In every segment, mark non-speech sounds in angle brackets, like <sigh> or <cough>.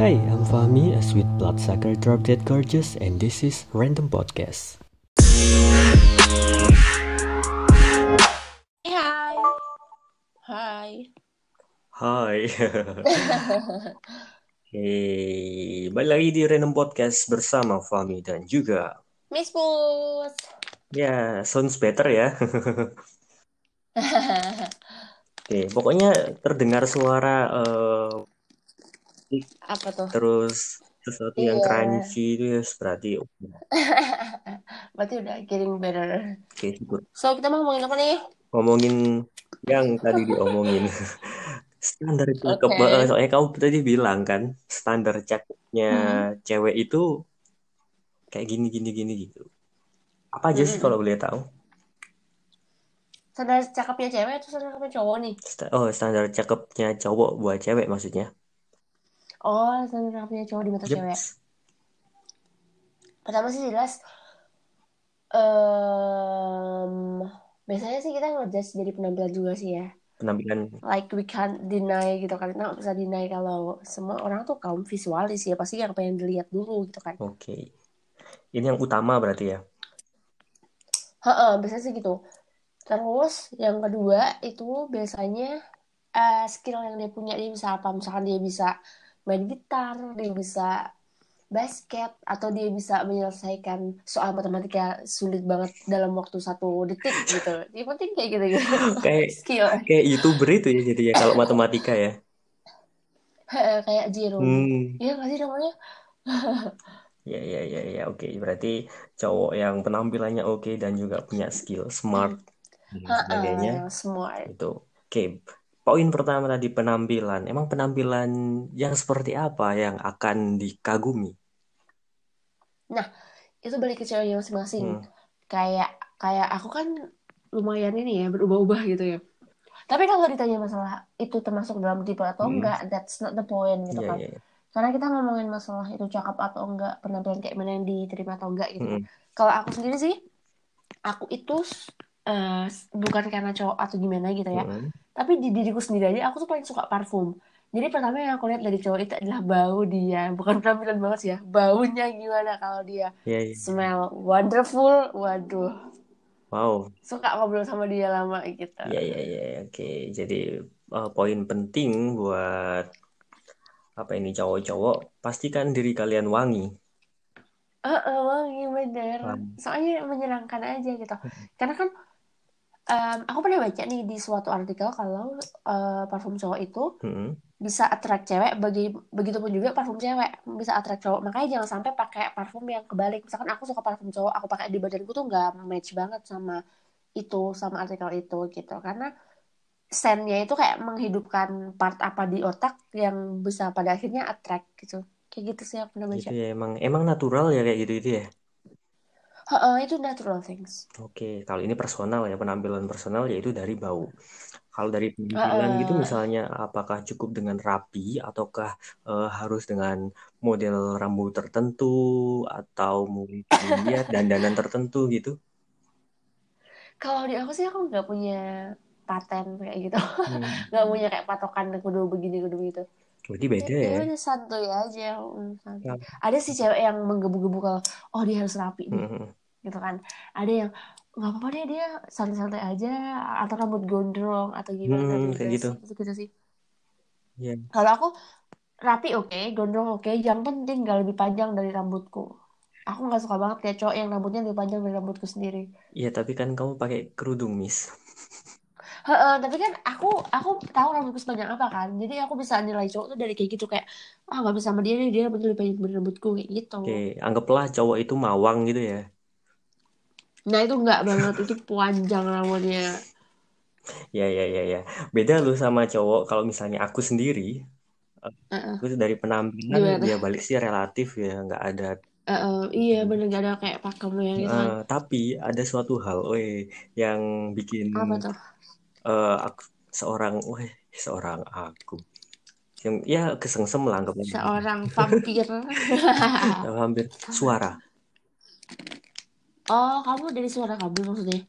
Hi, I'm Fahmi, a sweet bloodsucker drop dead gorgeous, and this is Random Podcast. Eh, Hai. Hai. Hai. hey, balik lagi di Random Podcast bersama Fahmi dan juga Miss Pus. <laughs> ya sounds better ya. <laughs> Oke, pokoknya terdengar suara eh, Apa tuh? terus sesuatu yang Iya. crunchy itu ya, berarti oke Berarti udah getting better. syukur. So, kita mau ngomongin apa nih? ngomongin yang tadi <laughs> diomongin standar cakep Oke. Eh, soalnya kamu tadi bilang kan standar cakepnya Hmm. cewek itu kayak gini gini gini gitu apa aja sih Mm-mm. kalau boleh tahu Sadar cakepnya cewek atau sadar cakepnya cowok nih? Sta- oh standar cakepnya cowok buat cewek maksudnya Oh, sadar cakepnya cowok di mata Yep. cewek. Pertama sih jelas. em, biasanya sih kita ngejudge dari penampilan juga sih ya. penampilan Like we can't deny gitu kan. Kita nggak bisa deny kalau semua orang tuh kaum visualis ya. Pasti yang pengen dilihat dulu gitu kan. oke ini yang utama berarti ya Heeh, biasanya sih gitu. Terus yang kedua itu biasanya eh, skill yang dia punya dia bisa apa? Misalkan dia bisa main gitar, dia bisa basket, atau dia bisa menyelesaikan soal matematika sulit banget dalam waktu satu detik gitu. Yang penting kayak gitu gitu. <laughs> kayak Skill kayak youtuber itu ya jadi ya kalau matematika ya Heeh, kayak Jerome. hmm Iya nggak sih namanya? Ya, ya, ya, ya, oke. Berarti cowok yang penampilannya oke dan juga punya skill, smart, dan lain Hmm. sebagainya. Heeh, smart. Itu. Oke, poin pertama tadi penampilan. Emang penampilan yang seperti apa yang akan dikagumi? Itu balik ke ceweknya Hmm. masing-masing. kayak kayak aku kan lumayan ini ya berubah-ubah gitu ya tapi kalau ditanya masalah itu termasuk dalam tipe atau Hmm. enggak that's not the point gitu Iya, kan iya, iya. karena kita ngomongin masalah itu cakep atau enggak penampilan kayak mana yang diterima atau enggak gitu Mm-mm. kalau aku sendiri sih aku itu eh, bukan karena cowok atau gimana gitu ya Mm-mm. tapi di diriku sendiri aja aku tuh paling suka parfum jadi pertama yang aku lihat dari cowok itu adalah bau dia bukan penampilan banget sih ya baunya gimana kalau dia Iya, iya. smell wonderful waduh Wow. suka ngobrol sama dia lama gitu. Iya, iya, iya. Oke, jadi eh, poin penting buat apa ini cowok-cowok, pastikan diri kalian wangi. Eh, eh, wangi bener. Wangi. Soalnya menyenangkan aja gitu. Hmm. Karena kan em, aku pernah baca nih di suatu artikel kalau eh, parfum cowok itu Mm-mm. bisa attract cewek, bagi begitupun juga parfum cewek bisa attract cowok. Makanya jangan sampai pakai parfum yang kebalik. Misalkan aku suka parfum cowok, aku pakai di badanku tuh nggak match banget sama itu, sama artikel itu gitu. Karena scentnya itu kayak menghidupkan part apa di otak yang bisa pada akhirnya attract gitu. Kayak gitu sih aku pernah baca. Gitu ya, emang, emang natural ya kayak gitu-gitu ya. Heeh, itu natural things. Oke, kalau ini personal ya, penampilan personal yaitu dari bau. Kalau dari penampilan Heeh. gitu misalnya apakah cukup dengan rapi ataukah eh, harus dengan model rambut tertentu atau mungkin ya dandanan tertentu gitu? Kalau di aku sih aku nggak punya paten kayak gitu, <laughs> Hmm. nggak punya kayak patokan kudu begini kudu gitu. Berarti beda Ya ya. Iya. udah santuy aja, mm, santuy. Rapi. Ada sih cewek yang menggebu-gebu kalau oh dia harus rapi nih, Hmm. gitu kan. Ada yang nggak apa-apa deh dia santai-santai aja atau rambut gondrong atau gimana Hmm, kayak bebas gitu. gitu gitu sih. Ya. Kalau aku rapi oke, gondrong oke, yang penting nggak lebih panjang dari rambutku. Aku nggak suka banget kayak cowok yang rambutnya lebih panjang dari rambutku sendiri. Iya, tapi kan kamu pakai kerudung, Miss. Heeh, tapi kan aku aku tahu rambutku sepanjang apa kan jadi aku bisa nilai cowok tuh dari kayak gitu kayak ah nggak bisa sama dia nih dia rambutnya lebih panjang dari rambutku kayak gitu Oke, anggaplah cowok itu mawang gitu ya. nah itu nggak banget itu panjang rambutnya Ya, ya, ya, ya. Beda lu sama cowok kalau misalnya aku sendiri eh, Heeh, Terus dari penampilan gimana tuh ya balik sih relatif ya nggak ada Heeh, iya bener nggak ada kayak pakemnya Eh, gitu kan tapi ada suatu hal weh yang bikin apa tuh eh, aku- seorang weh seorang aku yang ya kesengsem lah anggapnya seorang vampir Eh, hampir suara oh kamu dari suara kamu maksudnya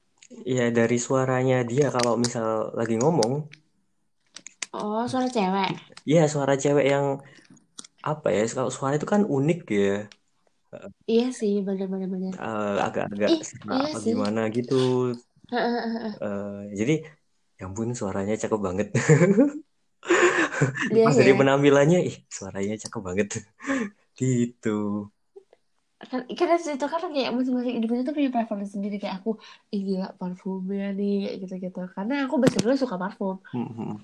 ya dari suaranya dia kalau misal lagi ngomong oh suara cewek ya suara cewek yang apa ya kalau suara itu kan unik ya Iya sih, bener-bener bener. bener, eh, agak-agak bener. Ih, serak iya apa sih. gimana gitu Eh, jadi ya ampun suaranya cakep banget Iya <laughs> pas ya. dari penampilannya ih suaranya cakep banget <laughs> gitu Kan, karena itu kan kayak masing-masing individu tuh punya preferensi sendiri kayak aku, ih gila parfumnya nih kayak gitu-gitu. Karena aku biasanya dulu suka parfum. Mhm.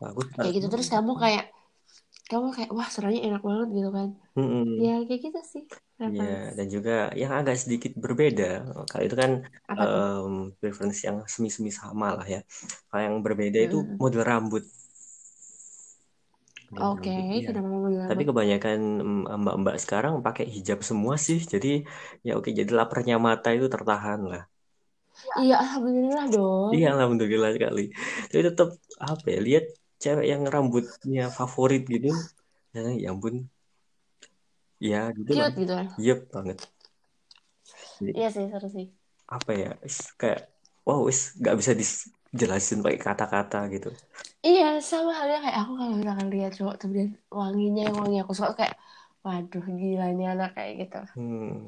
aku Kayak gitu terus kamu kayak kamu kayak wah suaranya enak banget gitu kan. Ya Mhm. kayak gitu sih Ya, preferensi. dan juga yang agak sedikit berbeda. Kalau itu kan Apa tuh? em, preference yang semi-semi sama lah ya. Kalau yang berbeda itu Mm-mm. model rambut. Model Oke, rambut, iya. kenapa kamu bilang Tapi rambut? kebanyakan em, mbak-mbak sekarang pakai hijab semua sih. Jadi ya oke, jadi laparnya mata itu tertahan lah. Iya, alhamdulillah dong. Iya, alhamdulillah sekali. Tapi tetap apa ya, lihat cewek yang rambutnya favorit gitu. Ya, ya ampun, ya gitu lah. Cute gitu kan. Yep banget. Jadi, Iya sih, seru sih. apa ya is kayak wow is nggak bisa dijelasin pakai kata-kata gitu Iya, sama halnya kayak aku kalau misalkan lihat cowok tuh dan wanginya yang wangi aku suka kayak waduh gilanya anak kayak gitu. hmm,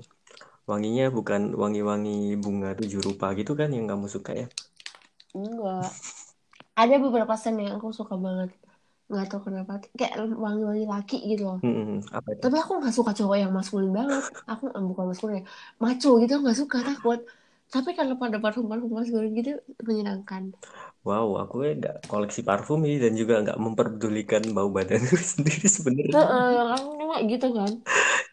wanginya bukan wangi-wangi bunga tujuh rupa gitu kan yang kamu suka ya Enggak. Ada beberapa scent yang aku suka banget. Nggak tahu kenapa kayak wangi-wangi laki gitu loh. hmm, apa itu Tapi aku nggak suka cowok yang maskulin banget. Aku eh, bukan maskulin ya. Maco gitu aku nggak suka, takut. Tapi kalau pada parfum-parfum maskulin gitu menyenangkan. wow aku ya nggak koleksi parfum sih dan juga nggak memperdulikan bau badanku <laughs> sendiri sebenarnya Heeh, kan cuma gitu kan.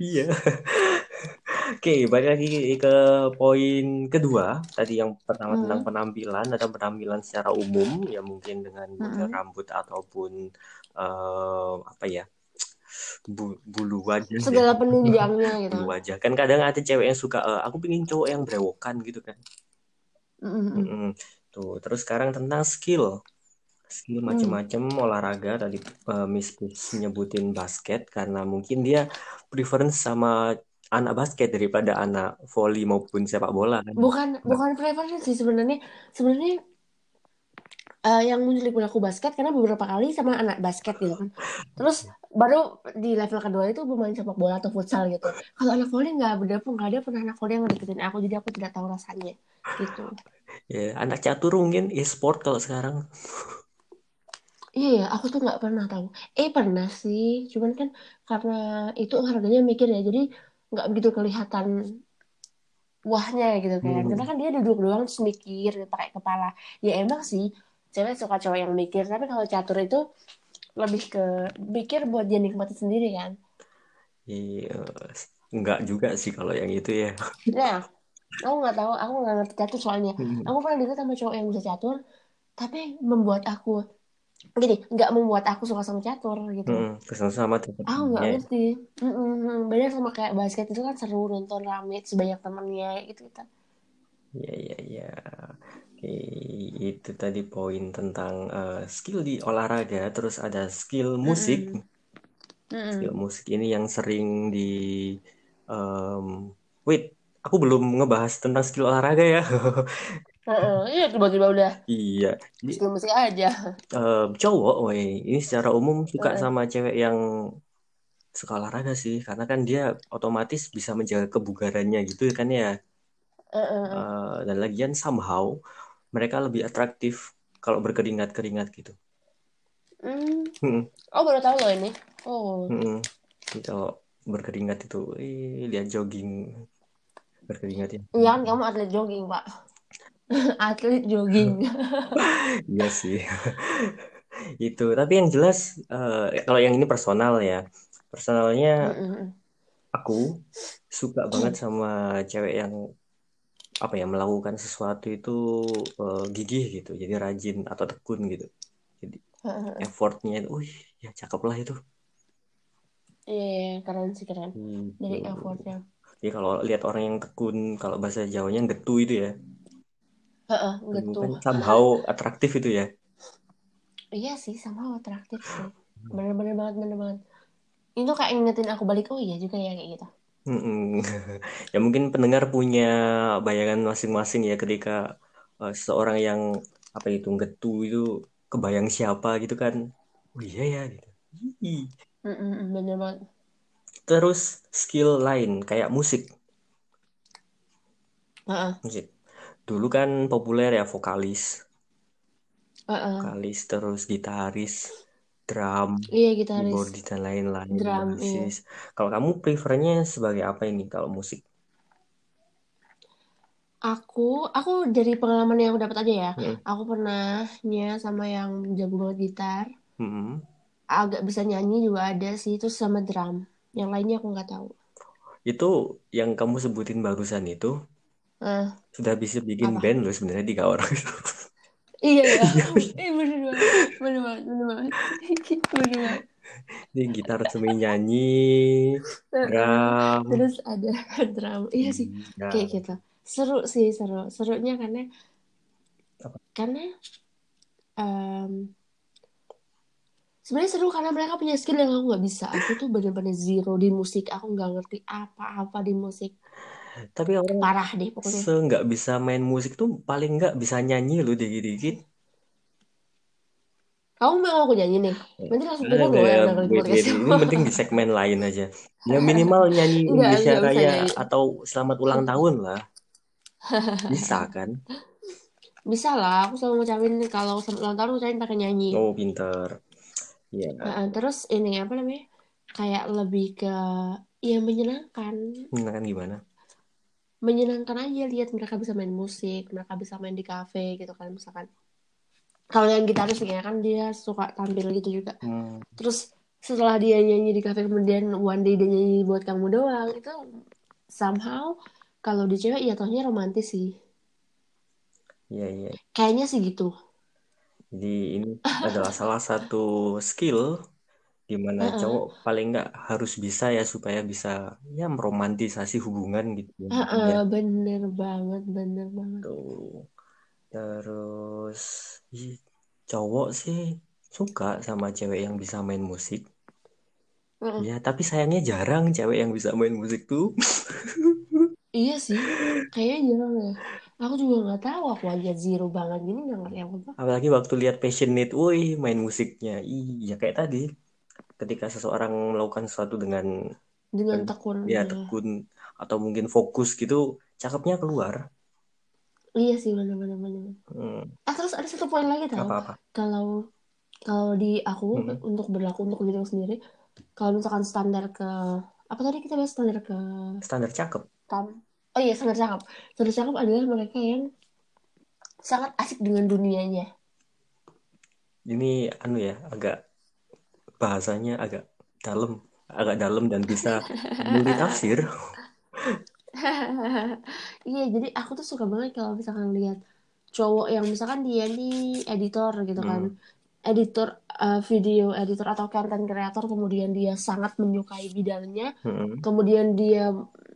iya <laughs> oke balik lagi ke poin kedua tadi yang pertama Hmm. tentang penampilan atau penampilan secara umum ya mungkin dengan model Mm-mm. rambut ataupun eh, apa ya bu- bulu wajah ya Segala penunjangnya gitu. bulu wajah kan kadang ada cewek yang suka "Eh, aku pengen cowok yang brewokan gitu kan Mm-mm. Mm-mm. tuh terus sekarang tentang skill skill Mm. macam-macam olahraga tadi eh, Miss Puts nyebutin basket karena mungkin dia preference sama anak basket daripada anak voli maupun sepak bola kan bukan Mbak. bukan preferensi sih sebenarnya sebenarnya eh, yang menculik perilaku basket karena beberapa kali sama anak basket gitu kan terus baru di level kedua itu pemain sepak bola atau futsal gitu kalau anak volley nggak berdapung nggak ada pernah anak volley yang deketin aku jadi aku tidak tahu rasanya gitu ya anak catur mungkin e-sport kalau sekarang iya ya aku tuh nggak pernah tahu eh pernah sih cuman kan karena itu harganya mikir ya jadi nggak begitu kelihatan wahnya gitu kan karena Hmm. kan dia duduk doang terus mikir pakai kepala ya emang sih cewek suka cowok yang mikir tapi kalau catur itu lebih ke mikir buat dia nikmati sendiri kan Iya, enggak juga sih kalau yang itu ya nah aku nggak tahu aku nggak ngerti catur soalnya aku pernah deket sama cowok yang bisa catur tapi membuat aku gini nggak membuat aku suka sama catur gitu Mm-mm. Kesan sama aku Ah, nggak teman-temannya ya. ngerti Mm-mm. Beda sama kayak basket itu kan seru nonton rame sebanyak temennya gitu gitu Ya, ya, ya. Oke, itu tadi poin tentang eh, skill di olahraga. Terus ada skill Mm-mm. musik. Iya. Mm-mm. Skill musik ini yang sering di... em, wait, aku belum ngebahas tentang skill olahraga ya. <laughs> Heeh. iya tiba-tiba udah Iya, jadi skill musik aja eh, cowok, weh, ini secara umum suka Heeh. sama cewek yang suka olahraga sih, karena kan dia otomatis bisa menjaga kebugarannya gitu kan ya. Heeh. Eh, dan lagian somehow mereka lebih atraktif kalau berkeringat-keringat gitu. Hmm. Hmm, Oh baru tahu loh ini. Oh. hmm. Jadi kalau berkeringat itu, eh, lihat jogging berkeringat ya. Iya kan kamu atlet jogging, Pak. <laughs> Atlet jogging. Mm. Iya sih, itu. Tapi yang jelas, eh, kalau yang ini personal ya. Personalnya Mm-mm. Ah. aku suka banget sama cewek yang apa ya melakukan sesuatu itu eh, gigih gitu, jadi rajin atau tekun gitu. Jadi effortnya itu, wih, ya cakep lah itu. Iya, iya, keren sih keren. Dari Gitu. effortnya. Jadi kalau lihat orang yang tekun, kalau bahasa Jawanya getu itu ya, Heeh, itu gitu. kan somehow atraktif itu ya. Iya sih, sama atraktif sih. Hmm. Bener-bener banget, bener banget. Itu kayak ngingetin aku balik. Oh iya juga ya kayak gitu. Mm-mm. <laughs> Ya mungkin pendengar punya bayangan masing-masing ya ketika eh, seorang yang apa itu getu itu kebayang siapa gitu kan. Oh iya ya gitu. Ih. Mm-mm, bener banget. terus skill lain kayak musik Heeh, musik dulu kan populer ya vokalis heeh. vokalis terus gitaris drum Iya gitaris, keyboardis dan lain-lain drum, iya. basis kalau kamu prefernya sebagai apa ini kalau musik Aku, aku dari pengalaman yang aku dapat aja ya. Mm-mm. Aku pernahnya sama yang jago banget gitar, Mm-mm. agak bisa nyanyi juga ada sih, itu sama drum. Yang lainnya aku nggak tahu. itu yang kamu sebutin barusan itu Eh, sudah bisa bikin apa? band loh sebenarnya tiga <laughs> orang Iya ya, <laughs> <laughs> Iya, eh bener banget, bener banget, bener banget, <laughs> bener banget. ini gitar sambil nyanyi <laughs> Heeh. drum Terus ada <laughs> drama. Iya sih, ya kayak gitu. Seru sih, seru. Serunya karena apa karena em, sebenarnya seru karena mereka punya skill yang aku nggak bisa. Aku tuh bener-bener zero di musik. Aku nggak ngerti apa-apa di musik. tapi orang Parah deh pokoknya. se nggak bisa main musik tuh paling nggak bisa nyanyi loh dikit-dikit Kamu mau aku nyanyi nih? Nanti langsung Jangan turun loh deh, yang dengerin bikin podcast ini penting di segmen lain aja. <laughs> Ya minimal nyanyi Nggak, Indonesia nggak bisa Raya nyanyi. Iya. atau Selamat Ulang Tahun <laughs> lah. Bisa kan? <laughs> Bisa lah, aku selalu ngucapin kalau sama ulang tahun ngucapin pakai nyanyi. Oh, pinter. Ya, Heeh, terus ini apa namanya? Kayak lebih ke ya menyenangkan. ini kan gimana? menyenangkan aja lihat mereka bisa main musik, mereka bisa main di kafe gitu kan misalkan. Kalau yang gitaris ya kan dia suka tampil gitu juga. Hmm, Terus setelah dia nyanyi di kafe kemudian one day dia nyanyi buat kamu doang itu somehow kalau di cewek ya tohnya romantis sih. iya, iya. Kayaknya sih gitu. Jadi ini adalah salah satu skill di mana Heeh, cowok paling nggak harus bisa ya supaya bisa ya meromantisasi hubungan gitu ya heeh, intinya. Eh, bener banget, bener banget. Tuh. Terus ih, cowok sih suka sama cewek yang bisa main musik. Heeh. Ya, tapi sayangnya jarang cewek yang bisa main musik tuh. <laughs> Iya sih, kayaknya jarang ya. Aku juga nggak tahu, aku aja zero banget gini nggak ngerti apa-apa. Apalagi waktu lihat passionate, woi main musiknya. Iya, kayak tadi. Ketika seseorang melakukan sesuatu dengan, dengan Dengan tekun, ya ya. tekun atau mungkin fokus gitu, cakepnya keluar. Iya sih, bener-bener. bener. Hmm, Ah, terus ada satu poin lagi tahu apa-apa. kalau kalau di aku Hmm, untuk berlaku untuk diri aku sendiri kalau misalkan standar ke apa tadi kita bahas standar ke standar cakep. tam oh iya standar cakep standar cakep adalah mereka yang sangat asik dengan dunianya Ini anu ya, agak bahasanya agak dalam, agak dalam dan bisa multitafsir. iya jadi aku tuh suka banget kalau misalkan lihat cowok yang misalkan dia nih editor gitu kan Hmm, editor eh, video editor atau content creator kemudian dia sangat menyukai bidangnya hmm, kemudian dia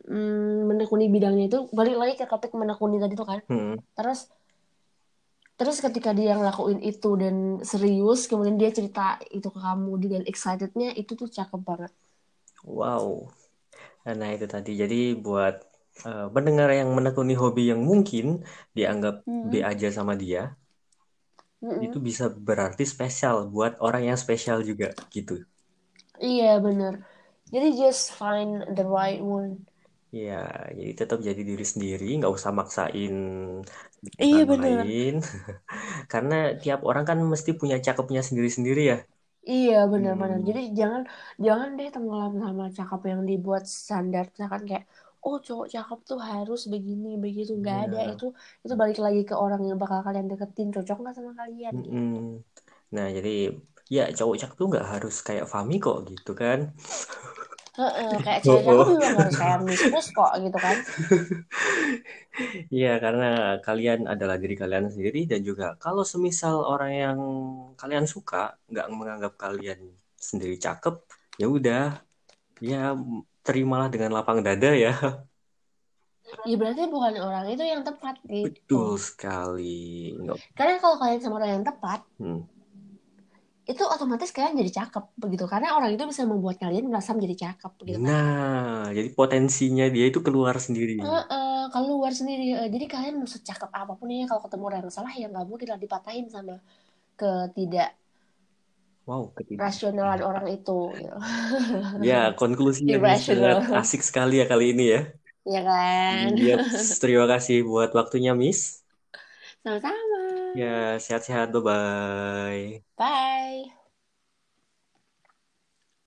mm, menekuni bidangnya itu balik lagi ke topik menekuni tadi tuh kan hmm. terus terus ketika dia ngelakuin itu dan serius kemudian dia cerita itu ke kamu dengan excitednya itu tuh cakep banget Wow. Nah, itu tadi. Jadi buat eh, pendengar yang menekuni hobi yang mungkin dianggap B Mm-mm. aja sama dia, itu Mm-mm. bisa berarti spesial buat orang yang spesial juga gitu. iya bener jadi just find the right one Ya, jadi tetap jadi diri sendiri, nggak usah maksain iya orang bener lain. <laughs> Karena tiap orang kan mesti punya cakepnya sendiri-sendiri ya. iya bener-bener Hmm, jadi jangan jangan deh tenggelam sama cakep yang dibuat standar misalkan kayak oh cowok cakep tuh harus begini begitu nggak ada ya. itu itu balik lagi ke orang yang bakal kalian deketin cocok nggak sama kalian Mm-mm. gitu Nah, jadi ya cowok cakep tuh nggak harus kayak Fami kok gitu kan. Heeh, Eh, <laughs> kayak cewek cakep Oh, juga nggak harus kayak miss Pus kok gitu kan Iya, karena kalian adalah diri kalian sendiri dan juga kalau semisal orang yang kalian suka nggak menganggap kalian sendiri cakep, ya udah, ya terimalah dengan lapang dada ya. Ya berarti bukan orang itu yang tepat gitu. Betul sekali. Nggak, Karena kalau kalian sama orang yang tepat, hmm, itu otomatis kalian jadi cakep begitu. Karena orang itu bisa membuat kalian merasa menjadi cakep begitu kan. Nah, jadi potensinya dia itu keluar sendiri. Heeh, kalau luar sendiri, eh, jadi kalian mau secakep apapun ya kalau ketemu orang yang salah ya nggak mungkin lah dipatahin sama ketidak Wow, ketiga. rasionalan orang itu gitu. Ya, konklusi yang Iya, Irrational. sangat asik sekali ya kali ini ya. ya kan <laughs> Iya, terima kasih buat waktunya, Miss. sama-sama Ya, sehat-sehat. Bye-bye. bye